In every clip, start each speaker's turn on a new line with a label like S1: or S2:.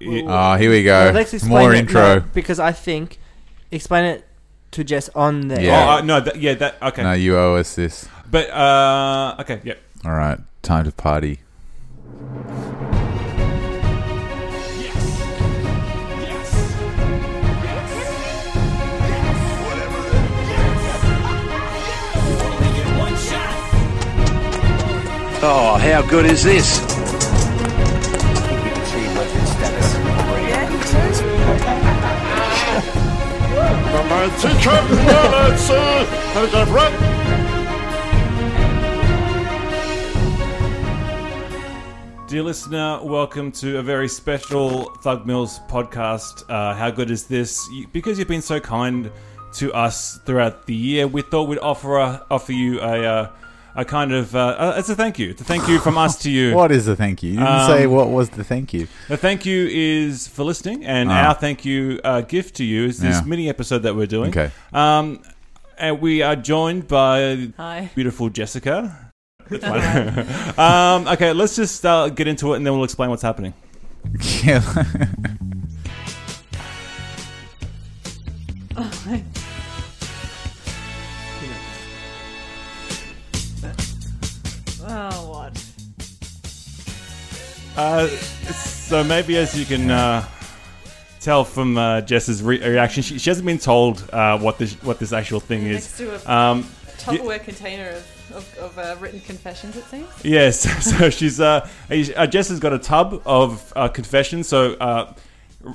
S1: It-
S2: Ah, here we go.
S3: Well, let's explain
S2: More
S3: it
S2: intro.
S3: now, because I think explain it to Jess on there.
S2: Yeah.
S1: Oh, uh, no, that, yeah, that okay.
S2: No, you owe us this.
S1: But uh, okay, yeah.
S2: All right, time to party.
S4: Oh, how good is this?
S1: Dear listener, welcome to a very special Thug Mills podcast. Uh, how good is this? You- Because you've been so kind to us throughout the year, we thought we'd offer a, offer you a uh, a kind of uh, uh, it's a thank you. It's a thank you from us to you.
S2: What is the thank you? You didn't
S1: Um,
S2: say what was the thank you.
S1: The thank you is for listening, and
S2: Ah.
S1: our thank you uh, gift to you is this
S2: Yeah.
S1: mini episode that we're doing.
S2: Okay.
S1: Um, and we are joined by
S5: Hi.
S1: beautiful Jessica. um, okay, let's just uh, get into it, and then we'll explain what's happening.
S2: Yeah.
S5: Oh, what?
S1: Uh, so maybe as you can uh, tell from uh, Jess's re- reaction, she, she hasn't been told uh, what this what this actual thing
S5: Next
S1: is.
S5: to a
S3: uh,
S1: Um,
S5: Tupperware container of, of, of uh, written confessions, it seems.
S1: Yes, so she's uh, uh, Jess has got a tub of uh, confessions. So uh,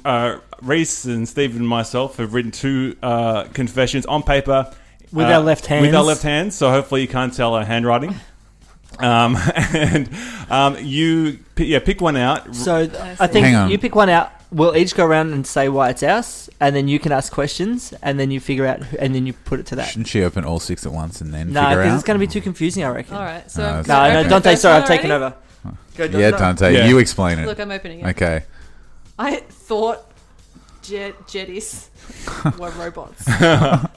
S1: uh, Reese and Stephen and myself have written two uh, confessions on paper
S3: With
S1: uh,
S3: our left
S1: With our
S3: hands.
S1: left hands. So hopefully you can't tell our handwriting. Um, and um, you p- yeah pick one out.
S3: So th- I think
S2: Hang on.
S3: you pick one out. We'll each go around and say why it's ours, and then you can ask questions, and then you figure out, who, and then you put it to that.
S2: Shouldn't she open all six at once and then
S3: No,
S2: figure
S3: because
S2: out?
S3: it's going to be too confusing, I reckon.
S5: All right, so
S2: Oh,
S5: I'm
S2: that's
S3: No,
S2: Okay.
S3: no,
S2: Okay.
S3: Dante,
S5: First
S3: sorry,
S5: one
S3: I've taken
S5: already?
S3: over.
S2: yeah, Dante,
S1: Yeah.
S2: you explain it.
S5: Look, I'm opening it.
S2: Okay.
S5: I thought jet, jetties were robots.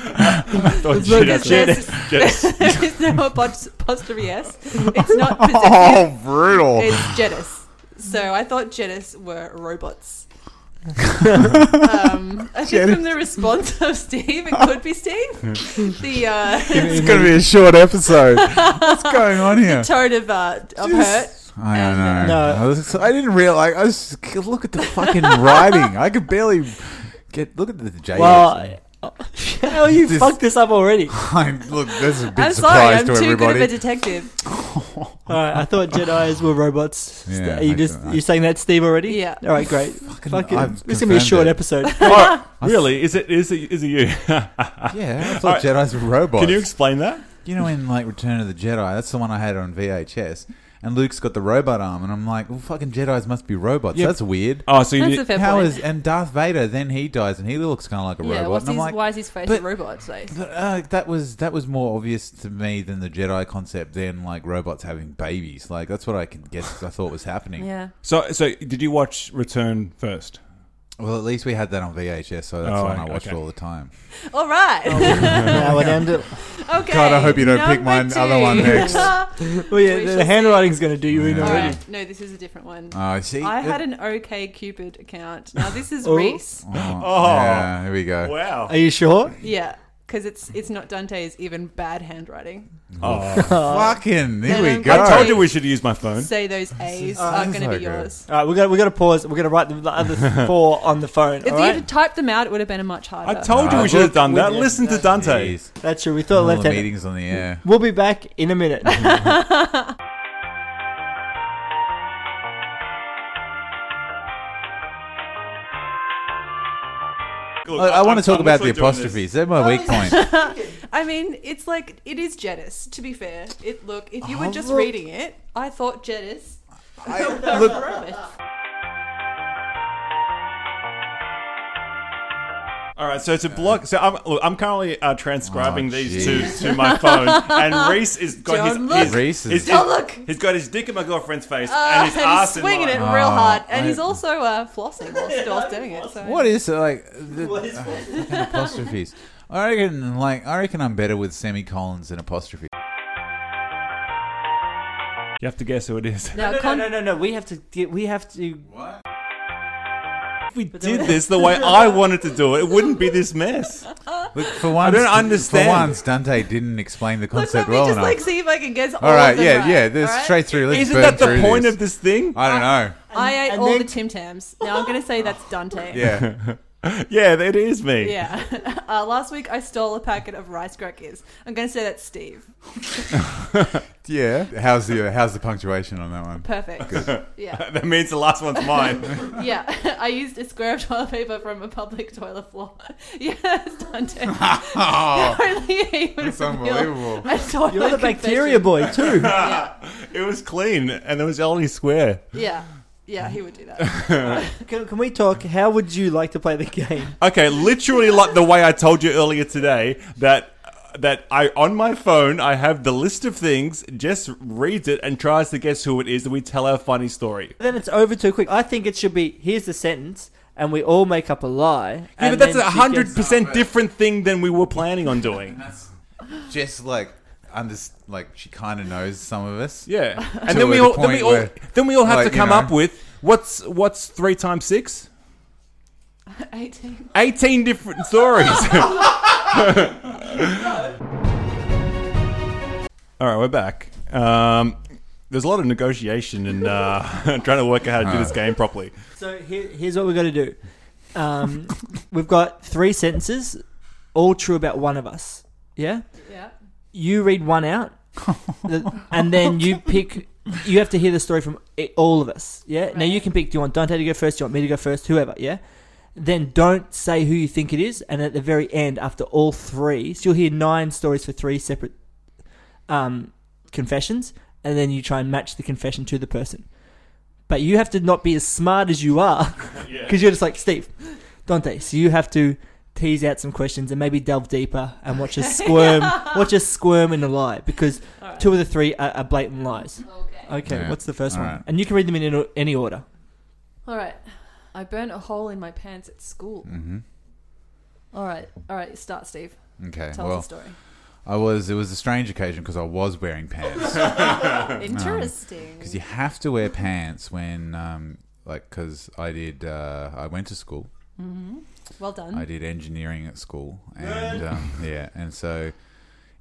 S1: Oh,
S5: Look, it's
S1: Jess- Jess-
S5: There's no apos- apostrophe S. It's not possessive.
S2: Oh, brutal.
S5: It's jettis. So I thought jettis were robots. um, I think from the response of Steve, it could be Steve. The uh,
S2: It's going to be a short episode. What's going on here?
S5: tone of, uh, of hurt.
S2: Just- I don't know.
S3: And, uh,
S2: I, was, I didn't realize. I was just, look at the fucking writing. I could barely get. Look at the J.
S3: Well, oh, you
S2: This-
S3: fucked this up already. All
S2: I'm, look, that's a big
S5: I'm sorry,
S2: surprise
S5: I'm
S2: to
S5: too
S2: everybody.
S5: good of a detective.
S3: right, I thought Jedi's were robots.
S2: Yeah,
S3: St- Are
S2: I
S3: you just
S2: thought-
S3: you saying that, Steve, already?
S5: Yeah.
S3: All right, great.
S2: Fucking-
S3: Fucking,
S2: I've
S3: it's gonna be a
S2: confirmed
S3: short
S2: it.
S3: episode.
S1: Oh, really? Is it is it is it you?
S2: yeah, I
S1: Alright.
S2: thought Jedi's were robots.
S1: Can you explain that?
S2: Ah. You know, in like Return of the Jedi, that's the one I had on VHS, and Luke's got the robot arm, and I'm like, well, fucking Jedi's must be robots.
S1: Yeah.
S2: That's weird.
S1: Oh, so you
S5: That's
S1: did-
S5: a fair
S2: How
S5: point.
S2: is and Darth Vader? Then he dies, and he looks kind of like a
S5: yeah,
S2: robot.
S5: what's
S2: and I'm
S5: his,
S2: like,
S5: why is his face
S2: but-
S5: a robot? So
S2: uh, that was that was more obvious to me than the Jedi concept. Than like robots having babies. Like that's what I can guess. I thought was happening.
S5: yeah,
S1: so so did you watch Return first?
S2: Well, at least we had that on VHS, so that's
S1: Oh,
S2: one I
S1: okay.
S2: watched all the time.
S5: all right,
S3: Now we're down to-
S5: okay.
S2: Oh, God, I hope you don't
S5: number
S2: pick mine-
S5: two.
S2: other one next.
S5: all
S3: Well, yeah,
S5: We
S3: the,
S5: shall
S3: handwriting's going to do you in
S2: Yeah.
S3: already.
S5: right, no, this is a different one.
S2: Oh, I see.
S5: I had an OK Cupid account. Now this is
S3: Oh.
S5: Reese.
S2: Oh, yeah, here we go.
S1: Wow.
S3: Are you sure?
S5: Yeah, because it's it's not Dante's even bad handwriting.
S2: Fucking, here
S5: Then
S2: we
S5: I'm
S2: go.
S1: Oh, I
S5: gonna
S1: told you we should use my phone.
S5: Say those A's
S2: Oh,
S5: are
S2: this
S5: going
S2: is
S5: to
S2: so
S5: be
S2: good.
S5: yours.
S3: All right, we're gonna we're gonna pause. We're gonna write the, the other four on the phone.
S5: If
S3: all
S5: you
S3: right?
S5: had typed them out, it would have been a much
S1: I
S5: harder.
S1: told you
S2: Nah,
S1: we should have
S2: look,
S1: done that.
S3: we-
S1: Listen to Dante.
S2: Jeez.
S3: That's true. We
S1: Oh,
S3: thought
S2: All
S3: left
S2: the
S3: handed.
S2: meetings on the air.
S3: We'll be back in a minute.
S2: I, want to talk about the apostrophes. They're my weak point.
S5: I mean, it's like it is Jettis. To be fair, it look if you
S2: Oh,
S5: were just
S2: look.
S5: reading it, I thought Jettis.
S2: I, look,
S1: All right, so to block, so I'm look, I'm currently uh, transcribing
S2: Oh,
S1: these
S2: jeez.
S1: to, to my phone, and Reese is got
S5: John,
S1: his,
S5: look.
S1: his,
S2: Reese is-
S1: his- his-
S5: Oh, look.
S1: he's got his dick in my girlfriend's face
S5: Uh,
S1: and his ass in
S5: swinging
S1: mine.
S5: it real
S2: Oh,
S5: hard, and he's
S2: right.
S5: also uh, flossing whilst, whilst doing it. So.
S2: what is uh, like the, uh, fucking apostrophes? I reckon, like, I reckon I'm better with semicolons than apostrophes.
S1: You have to guess who it is.
S5: Now,
S3: no, no,
S5: con-
S3: no, no, no. We have to. Get, we have to.
S2: What?
S1: If we
S3: there
S1: did this the way I wanted to do it, it wouldn't be this mess.
S2: Look, for once,
S1: don't understand.
S2: For once, Dante didn't explain the
S5: Look, let
S2: concept
S5: me
S2: well
S5: just
S2: enough.
S5: like see if I can guess.
S2: all right, yeah, yeah.
S5: This
S2: This straight through. Let's
S1: Isn't
S2: burn
S1: that the
S2: through
S1: point
S2: this.
S1: of this thing?
S2: I don't know.
S5: I ate
S3: And
S5: all
S3: then-
S5: the Tim Tams. Now I'm going to say that's Dante.
S2: Yeah.
S1: Yeah, it is me.
S5: Yeah. Uh, last week I stole a packet of rice crackers. I'm going to say that's Steve.
S2: Yeah. How's the how's the punctuation on that one?
S5: Perfect. Yeah.
S1: that means the last one's mine.
S5: Yeah. I used a square of toilet paper from a public toilet floor. Yes, Dante. Only he would
S2: Oh, That's
S5: reveal
S2: unbelievable.
S5: a toilet
S3: You're the bacteria
S5: confession.
S3: boy too.
S5: Yeah.
S1: it was clean, and there was only square.
S5: Yeah. Yeah, he would do that.
S3: Can, can we talk? How would you like to play the game?
S1: Okay, literally like the way I told you earlier today that that I on my phone I have the list of things, Jess reads it and tries to guess who it is, and we tell our funny story.
S3: Then it's over too quick. I think it should be. Here's the sentence, and we all make up a lie.
S1: Yeah,
S3: and
S1: but that's
S3: then
S1: a
S3: she
S1: hundred
S3: gets-
S1: percent different thing than we were planning on doing.
S2: Just like under like she kind of knows some of us.
S1: Yeah, and
S2: To
S1: then we
S2: the
S1: all then
S2: point
S1: we all
S2: where,
S1: then we all have
S2: like,
S1: to
S2: you
S1: come
S2: know.
S1: up with what's what's three times six.
S5: 18.
S1: 18 different stories. All right, we're back. Um, there's a lot of negotiation and uh, trying to work out how to do this game properly.
S3: So here, here's what we're going to do. Um, we've got three sentences, all true about one of us. Yeah.
S5: Yeah.
S3: You read one out, the- and then you pick. You have to hear the story from i- all of us. Yeah. Now you can pick. Do you want Dante to go first? Do you want me to go first? Whoever. Yeah. Then don't say who you think it is, and at the very end, after all three, so you'll hear nine stories for three separate um, confessions, and then you try and match the confession to the person. But you have to not be as smart as you are, because you're just like Steve, Dante. So you have to tease out some questions and maybe delve deeper and watch us squirm, watch us squirm in a lie, because
S5: All right.
S3: two of the three are, are blatant lies.
S5: Okay.
S3: Okay,
S2: Yeah.
S3: what's the first
S2: All
S3: one?
S2: right.
S3: And you can read them in any- any order.
S5: All right. I burnt a hole in my pants at school.
S2: hmm
S5: All right. All right. Start, Steve.
S2: Okay.
S5: Tell
S2: well,
S5: us a story.
S2: I was. It was a strange occasion because I was wearing pants.
S5: Interesting.
S2: Because Um, you have to wear pants when, um, like, because I did. Uh, I went to school.
S5: well done.
S2: I did engineering at school, and um, yeah, and so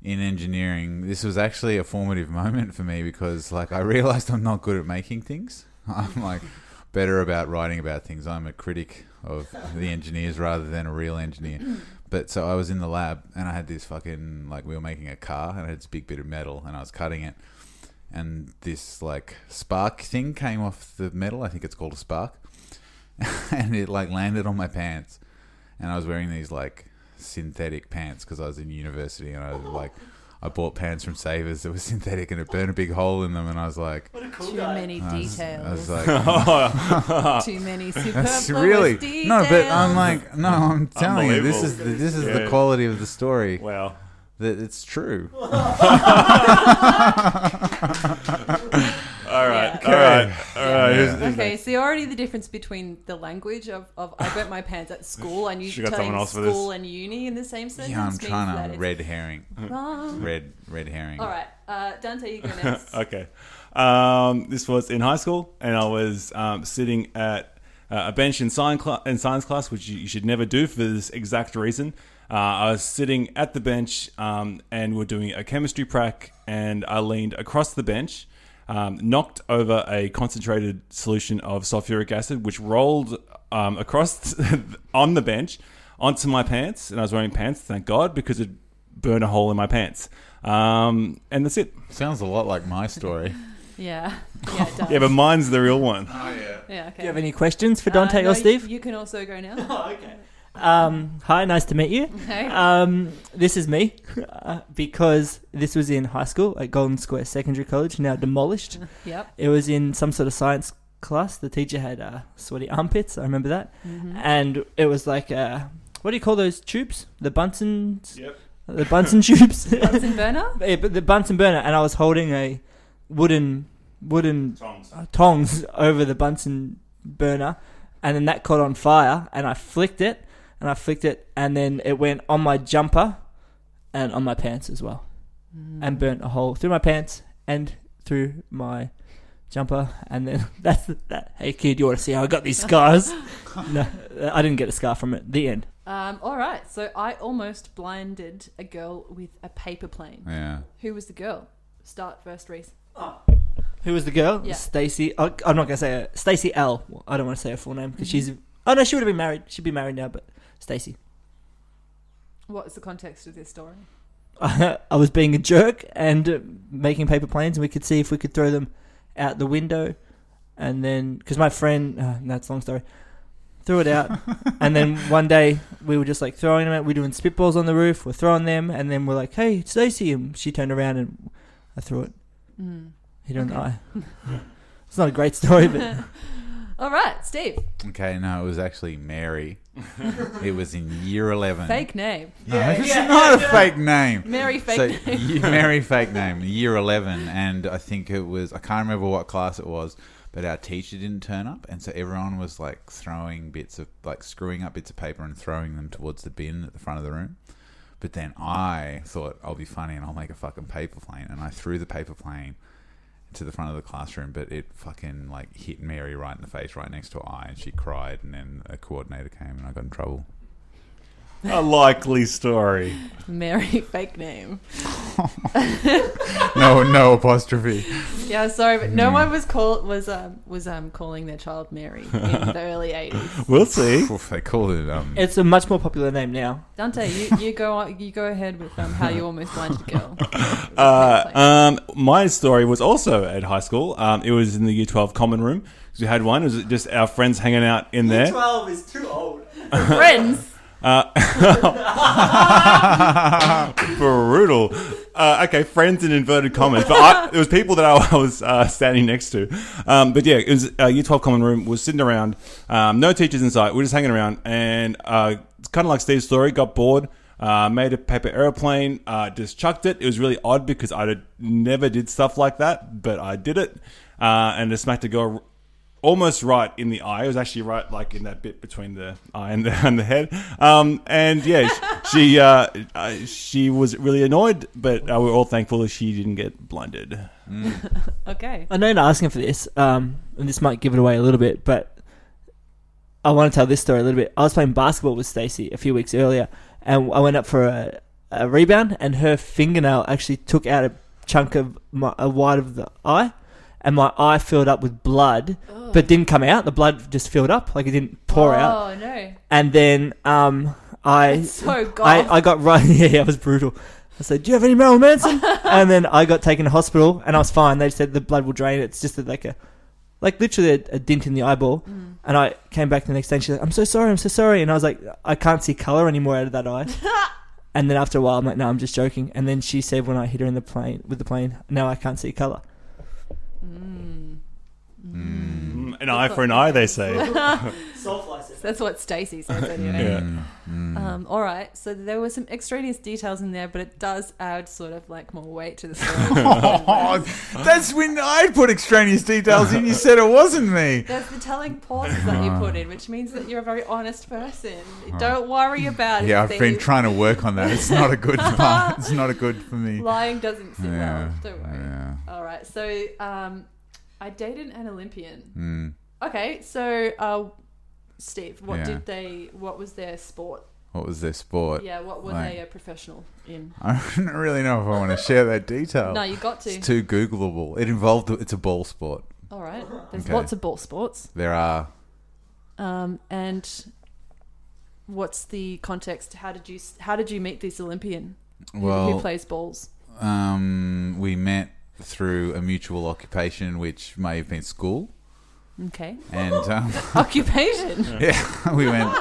S2: in engineering, this was actually a formative moment for me because, like, I realized I'm not good at making things. I'm like better about writing about things. I'm a critic of the engineers rather than a real engineer. But so I was in the lab and I had this fucking like we were making a car and I had this big bit of metal and I was cutting it and this like spark thing came off the metal. I think it's called a spark, and it like landed on my pants, and I was wearing these like synthetic pants because I was in university and I was like. I bought pants from Savers that were synthetic and it burned a big hole in them, and I was like,
S5: Too many
S2: I was-
S5: details.
S2: I was like,
S5: Too many
S2: that's
S5: superfluous
S2: really
S5: details.
S2: no, but um, I'm like, no, I'm telling you, this
S1: Unbelievable.
S2: is the, this is
S1: Yeah.
S2: the quality of the story
S1: Wow.
S2: that it's true.
S1: All right.
S5: Yeah.
S1: All right. All right.
S2: Yeah.
S1: Who's-
S5: Okay, so already the difference between the language of, of I burnt my pants at school and you
S1: She got
S5: telling
S1: someone else for this.
S5: school and uni in the same sentence.
S2: Yeah, I'm
S5: means that
S2: trying to
S5: it's
S2: red herring,
S5: wrong.
S2: red red herring.
S5: All right, uh, Dante, you go next.
S1: okay. Um, this was in high school, and I was um, sitting at uh, a bench in science, cla- in science class, which you, you should never do for this exact reason. Uh, I was sitting at the bench, um, and we're doing a chemistry prac, and I leaned across the bench. Um, knocked over a concentrated solution of sulfuric acid, which rolled um, across on the bench onto my pants, and I was wearing pants, thank God, because it burned a hole in my pants. Um, and that's it.
S2: Sounds a lot like my story.
S5: Yeah, yeah, it does.
S1: Yeah, but mine's the real one.
S5: yeah, okay.
S3: Do you have any questions for
S5: Uh,
S3: Dante
S5: no,
S3: or Steve?
S5: You, you can also go now.
S3: Um, hi, nice to meet you.
S5: Okay.
S3: Um, this is me uh, because this was in high school at Golden Square Secondary College, now demolished.
S5: yep.
S3: It was in some sort of science class. The teacher had uh, sweaty armpits. I remember that,
S5: Mm-hmm.
S3: and it was like uh, what do you call those tubes? The Bunsen,
S1: Yep.
S3: the Bunsen tubes,
S5: Bunsen burner.
S3: Yeah, but the Bunsen burner. And I was holding a wooden wooden uh, tongs over the Bunsen burner, and then that caught on fire, and I flicked it, and I flicked it, and then it went on my
S1: Mm.
S3: jumper, and on my pants as well, and burnt a hole through my pants and through my jumper, and then that's the, that. Hey kid, you want to see how I got these scars? no, I didn't get a scar from it. The end.
S5: Um, all right. So I almost blinded a girl with a paper plane.
S2: Yeah.
S5: Who was the girl? Start first, Reese.
S3: Who was the girl?
S5: Yeah.
S3: Stacy. I- I'm not gonna say her. Stacy L. Well, I don't want to say her full name because she's. Oh no, she would have been married. She'd be married now, but Stacy.
S5: What is the context of this story?
S3: I was being a jerk and uh, making paper planes, and we could see if we could throw them out the window. And then, because my friend, uh, that's a long story, threw it out. and then one day we were just like throwing them out. We're doing spitballs on the roof. We're throwing them, and then we're like, "Hey, Stacey!" And she turned around and I threw it.
S5: Mm.
S3: He didn't
S5: Okay.
S3: know. it's not a great story, but
S5: All right, Steve.
S2: Okay, no, it was actually Mary. it was in year 11.
S5: Fake name.
S2: No, it's not a fake name.
S5: Mary fake
S2: so,
S5: name.
S2: ye- Mary fake name, year 11. And I think it was, I can't remember what class it was, but our teacher didn't turn up. And so everyone was like throwing bits of, like screwing up bits of paper and throwing them towards the bin at the front of the room. But then I thought, I'll be funny and I'll make a fucking paper plane. And I threw the paper plane to the front of the classroom, but it fucking like hit Mary right in the face, right next to her eye. And she cried. And then a coordinator came and I got in trouble.
S1: A likely story.
S5: Mary fake name.
S2: No, no apostrophe.
S5: Yeah, sorry, but no one was call was um was um calling their child Mary in the early eighties.
S1: We'll see.
S2: Oof, they called it um,
S3: it's a much more popular name now.
S5: Dante, you, you go on, you go ahead with um, how you almost blinded a girl.
S1: Uh, um, my story was also at high school. Um, it was in the Year 12 common room. 'Cause We had one. It was just our friends hanging out in there.
S3: Twelve is too old.
S2: uh,
S5: Friends.
S1: brutal. Uh, okay, friends in inverted commas, but I, it was people that I, was uh, standing next to. Um, but yeah, it was uh, year twelve common room. We We're sitting around, um, no teachers in sight. We We're just hanging around, and uh, kind of like Steve's story, got bored. Uh, made a paper airplane, uh, just chucked it. It was really odd because I did, never did stuff like that, but I did it, uh, and it smacked a girl almost right in the eye. It was actually right, like in that bit between the eye and the, and the head. Um, and yeah, sh- she uh, uh, she was really annoyed, but uh, we're all thankful that she didn't get blinded.
S5: Okay.
S3: I know you're not asking for this, um, and this might give it away a little bit, but I want to tell this story a little bit. I was playing basketball with Stacey a few weeks earlier, and I went up for a, a rebound, and her fingernail actually took out a chunk of my a wide of the eye, and my eye filled up with blood, but didn't come out. The blood just filled up, like it didn't pour out.
S5: Oh no.
S3: And then um, I
S5: It's so goth.
S3: I, I got right. Yeah, yeah, it was brutal. I said, "Do you have any Marilyn Manson?" and then I got taken to hospital, and I was fine. They said the blood will drain. It's just like a, like literally a, a dint in the eyeball. And I came back the next day. and She's like, "I'm so sorry. I'm so sorry." And I was like, "I can't see color anymore out of that eye." and then after a while, I'm like, "No, I'm just joking." And then she said, when I hit her in the plane with the plane, "Now I can't see color."
S5: Mm.
S1: Mm, An eye for an eye, they say.
S5: That's what Stacey says anyway.
S1: Yeah.
S5: Um, all right, so there were some extraneous details in there, but it does add sort of like more weight to the story.
S2: Oh, that's when I put extraneous details in. You said it wasn't me.
S5: There's the telling pauses that you put in, which means that you're a very honest person. Don't worry about it.
S2: Yeah, I've been
S5: Steve.
S2: trying to work on that. It's not a good part. It's not a good for me.
S5: Lying doesn't sit
S2: Yeah,
S5: well. Don't worry.
S2: yeah.
S5: All right, so um, I dated an Olympian.
S2: Mm.
S5: Okay, so uh, Steve, what
S2: Yeah.
S5: did they? What was their sport?
S2: What was their sport?
S5: yeah, what were
S2: like-
S5: they a professional in?
S2: I don't really know if I want to share that detail.
S5: No, you got to.
S2: It's too Googleable. It involved. It's a ball sport.
S5: All right, there's
S2: Okay.
S5: lots of ball sports.
S2: There are.
S5: Um, and what's the context? How did you how did you meet this Olympian who- who
S2: Well,
S5: plays balls?
S2: um, we met through a mutual occupation, which may have been school,
S5: Okay,
S2: and um,
S5: occupation.
S2: yeah, we went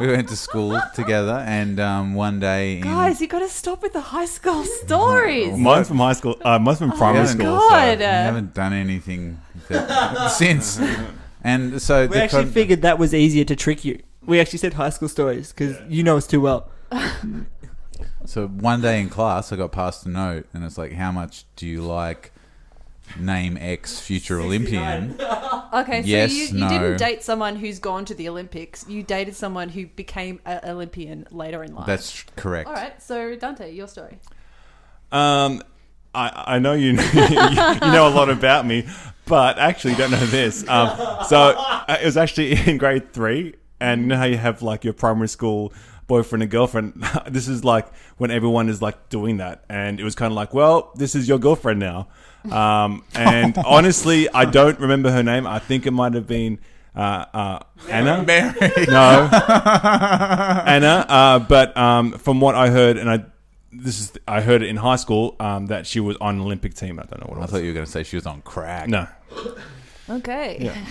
S2: we went to school together. And um, one day, in,
S5: Guys, you got to stop with the high school stories.
S1: Mine's from high school. Uh, mine's from primary
S2: Yeah.
S1: school.
S5: God.
S2: so we
S5: uh,
S2: haven't done anything that, since. And so
S3: We actually figured that was easier to trick you. We actually said high school stories because you know us too well.
S2: so one day in class, I got passed a note, and it's like, "How much do you like?" Name X future Olympian.
S5: Okay,
S2: Yes,
S5: so you, you
S2: no.
S5: didn't date someone who's gone to the Olympics. You dated someone who became an Olympian later in life.
S2: That's correct.
S5: all right. So Dante, your story.
S1: Um, I, I know you, you know a lot about me, but actually you don't know this. Um, so uh, it was actually in grade three, and you know how you have like your primary school boyfriend and girlfriend. this is like when everyone is like doing that, and it was kind of like, well, this is your girlfriend now. Um, and honestly, I don't remember her name. I think it might have been uh, uh, Anna.
S2: Mary.
S1: No, Anna. Uh, but um, from what I heard, and I this is I heard it in high school um, that she was on an Olympic team. I don't know what it
S2: I
S1: was.
S2: thought you were going to say she was on crack.
S1: no,
S5: Okay.
S1: Yeah.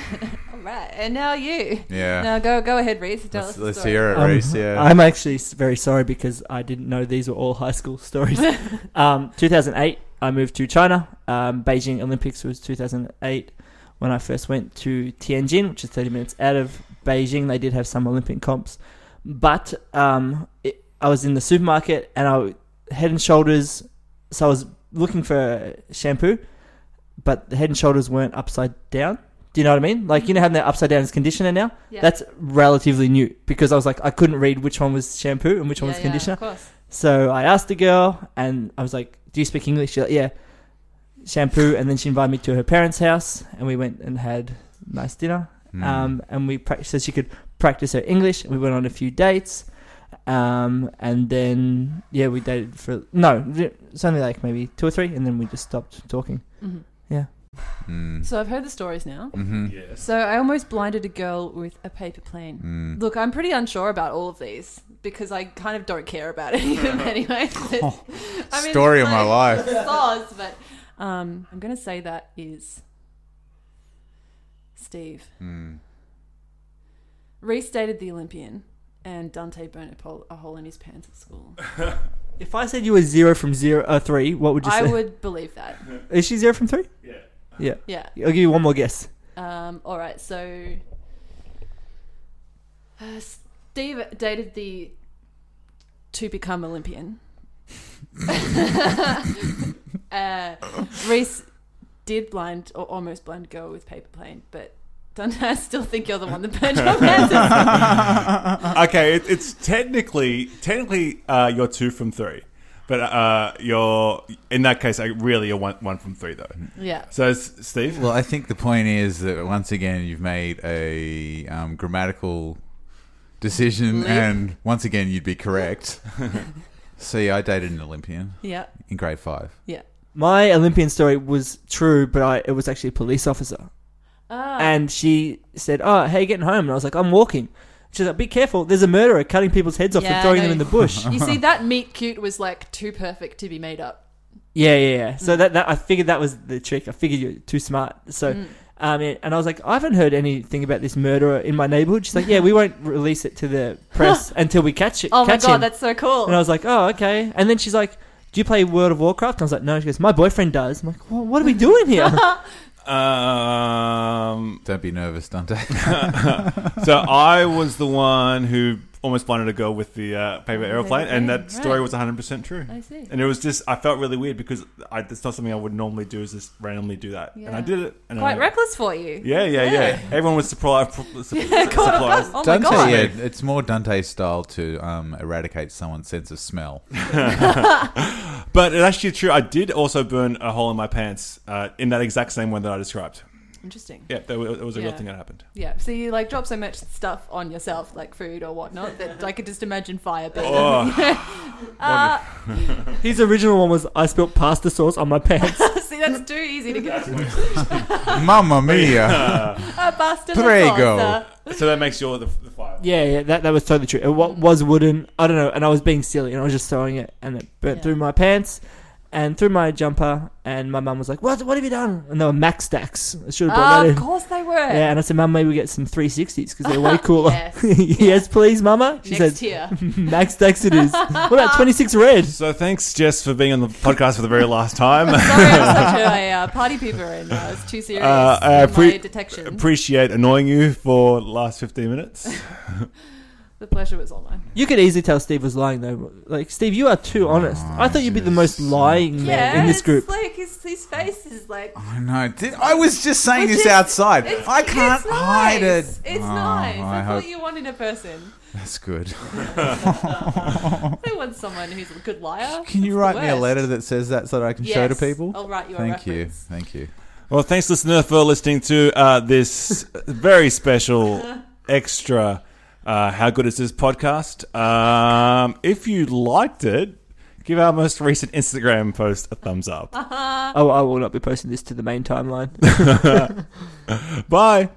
S5: All right. And now you.
S2: Yeah.
S5: Now go go ahead, Reese. Tell us
S2: Let's,
S5: the
S2: let's
S5: story.
S2: hear it,
S3: Um,
S2: Reese. Yeah.
S3: I'm actually s- very sorry because I didn't know these were all high school stories. um, 2008, I moved to China. Um, Beijing Olympics was 2008 when I first went to Tianjin, which is 30 minutes out of Beijing. They did have some Olympic comps, but um, it, I was in the supermarket and I Head and Shoulders. So I was looking for shampoo, but the Head and Shoulders weren't upside down. Do you know what I mean? Like you know how they're upside down is conditioner now.
S5: Yeah.
S3: That's relatively new because I was like, I couldn't read which one was shampoo and which one
S5: Yeah,
S3: was
S5: yeah,
S3: conditioner.
S5: of course.
S3: So I asked the girl and I was like, Do you speak English? She's like, Yeah. Shampoo. And then she invited me to her parents' house and we went and had nice dinner.
S2: Mm.
S3: Um, and we practiced so she could practice her English. We went on a few dates. Um, and then, yeah, we dated for no, it's only like maybe two or three. And then we just stopped talking.
S5: Mhm.
S2: Mm.
S5: So I've heard the stories now.
S2: hmm
S1: yes,
S5: So I almost blinded a girl with a paper plane.
S2: Mm.
S5: Look, I'm pretty unsure about all of these because I kind of don't care about any of them anyway.
S2: Oh. Story of my life.
S5: Sauce, but um, I'm going to say that is Steve.
S3: Hmm.
S2: Mm.
S5: Restated the Olympian, and Dante burnt a, pol- a hole in his pants at school.
S3: If I said you were zero from zero, uh, three, what would you
S5: I
S3: say?
S5: would believe that.
S3: Is she zero from three?
S1: yeah.
S3: Yeah.
S5: Yeah.
S3: I'll give you one more guess.
S5: Um, all right, so uh, Steve dated the to become Olympian. uh, Reese did blind or almost blind girl with paper plane, but don't I still think you're the one that burned your pants?
S1: okay, it, it's technically technically uh, you're two from three, but uh, you're in that case uh, really a one one from three though.
S5: yeah.
S1: So it's Steve,
S2: Well, I think the point is that once again you've made a um, grammatical decision,
S5: Leap.
S2: and once again you'd be correct. so yeah, I dated an Olympian
S5: Yeah.
S2: in grade five.
S3: My Olympian story was true, but I, it was actually a police officer.
S5: Ah,
S3: And she said, Oh, how you getting home? And I was like, I'm walking. She's like, Be careful. There's a murderer cutting people's heads off
S5: Yeah,
S3: and throwing
S5: I
S3: them in
S5: know.
S3: the bush.
S5: Ah, you see, that meet cute was like too perfect to be made up.
S3: yeah, yeah, yeah. So
S5: Mm.
S3: that, that I figured that was the trick. I figured you're too smart. So,
S5: Mm.
S3: um, it- and I was like, I haven't heard anything about this murderer in my neighborhood. She's like, Yeah, we won't release it to the press until we catch it.
S5: Oh my
S3: catch
S5: god,
S3: him."
S5: that's so cool.
S3: And I was like, oh, okay. And then she's like, do you play World of Warcraft? And I was like, no. She goes, my boyfriend does. I'm like, well, what are we doing here?
S1: um,
S2: Don't be nervous, Dante.
S5: Oh
S1: so I was the one who almost blinded a girl with the uh, paper airplane, and that
S5: Right.
S1: story was 100 percent true.
S5: I see.
S3: uh,
S1: And it was just, I felt really weird because I, it's not something I would normally do, is just randomly do that. And I
S5: Yeah.
S1: did it. And
S5: Quite
S1: I,
S5: reckless for you.
S1: Yeah, yeah, yeah,
S5: Yeah.
S1: Everyone was surprised.
S5: Yeah, caught off guard. Oh my
S2: Dante,
S5: god.
S2: yeah, it's more Dante's style to um, eradicate someone's sense of smell.
S1: But it's actually true. I did also burn a hole in my pants uh, in that exact same one that I described.
S5: Interesting.
S1: Yeah, that was, that was a real
S5: Yeah.
S1: thing that happened.
S5: Yeah, so you like drop so much stuff on yourself, like food or whatnot, that I could just imagine fire burning.
S1: Oh,
S5: uh,
S3: His original one was, I spilt pasta sauce on my pants.
S5: see, that's too easy to get.
S2: Mamma mia!
S5: A bastard.
S2: Prego.
S1: so that makes your the, the fire.
S3: yeah, yeah, that, that was totally true. It
S5: Mm.
S3: wa- was wooden. I don't know. And I was being silly and I was just throwing it and it burnt
S5: Yeah.
S3: through my pants and through my jumper. And my mum was like, what, what have you done? And they were Mac Stacks. I should have brought
S5: Ah,
S3: that
S5: of
S3: in.
S5: course they were.
S3: Yeah, and I said, Mum, maybe we get some 360s because they're way cooler.
S5: Yes.
S3: yes, please, Mama. She
S5: Next
S3: said,
S5: year.
S3: Max Stacks it is. What about 26 red?
S1: So thanks, Jess, for being on the podcast for the very last time.
S5: Sorry, I'm such a uh, party pooper and I was too serious.
S1: Uh, uh,
S5: in
S1: pre-
S5: my detection.
S1: Appreciate annoying you for the last 15 minutes.
S5: The pleasure was all mine.
S3: You could easily tell Steve was lying though. Like Steve, you are too honest. I thought you'd be the most lying man
S5: yeah,
S3: in this group.
S5: It's like his, his face is like.
S2: I know. Did, I was just saying
S5: Which
S2: this
S5: is-
S2: outside.
S5: It's,
S2: I can't
S5: it's nice.
S2: hide it.
S5: It's
S2: Oh, I
S5: nice. That's
S2: hope
S5: what you want in a person.
S2: that's good.
S5: I want someone who's a good liar.
S2: Can you write me a
S5: worst.
S2: letter that says that so that I can show to
S5: Yes,
S2: people?
S5: I'll write you a
S2: Thank you.
S5: reference.
S2: Thank you.
S1: Well, thanks, listener, for listening to uh, this very special extra. Uh, How good is this podcast? Um, if you liked it, give our most recent Instagram post a thumbs up.
S3: Oh, I will not be posting this to the main timeline.
S1: Bye.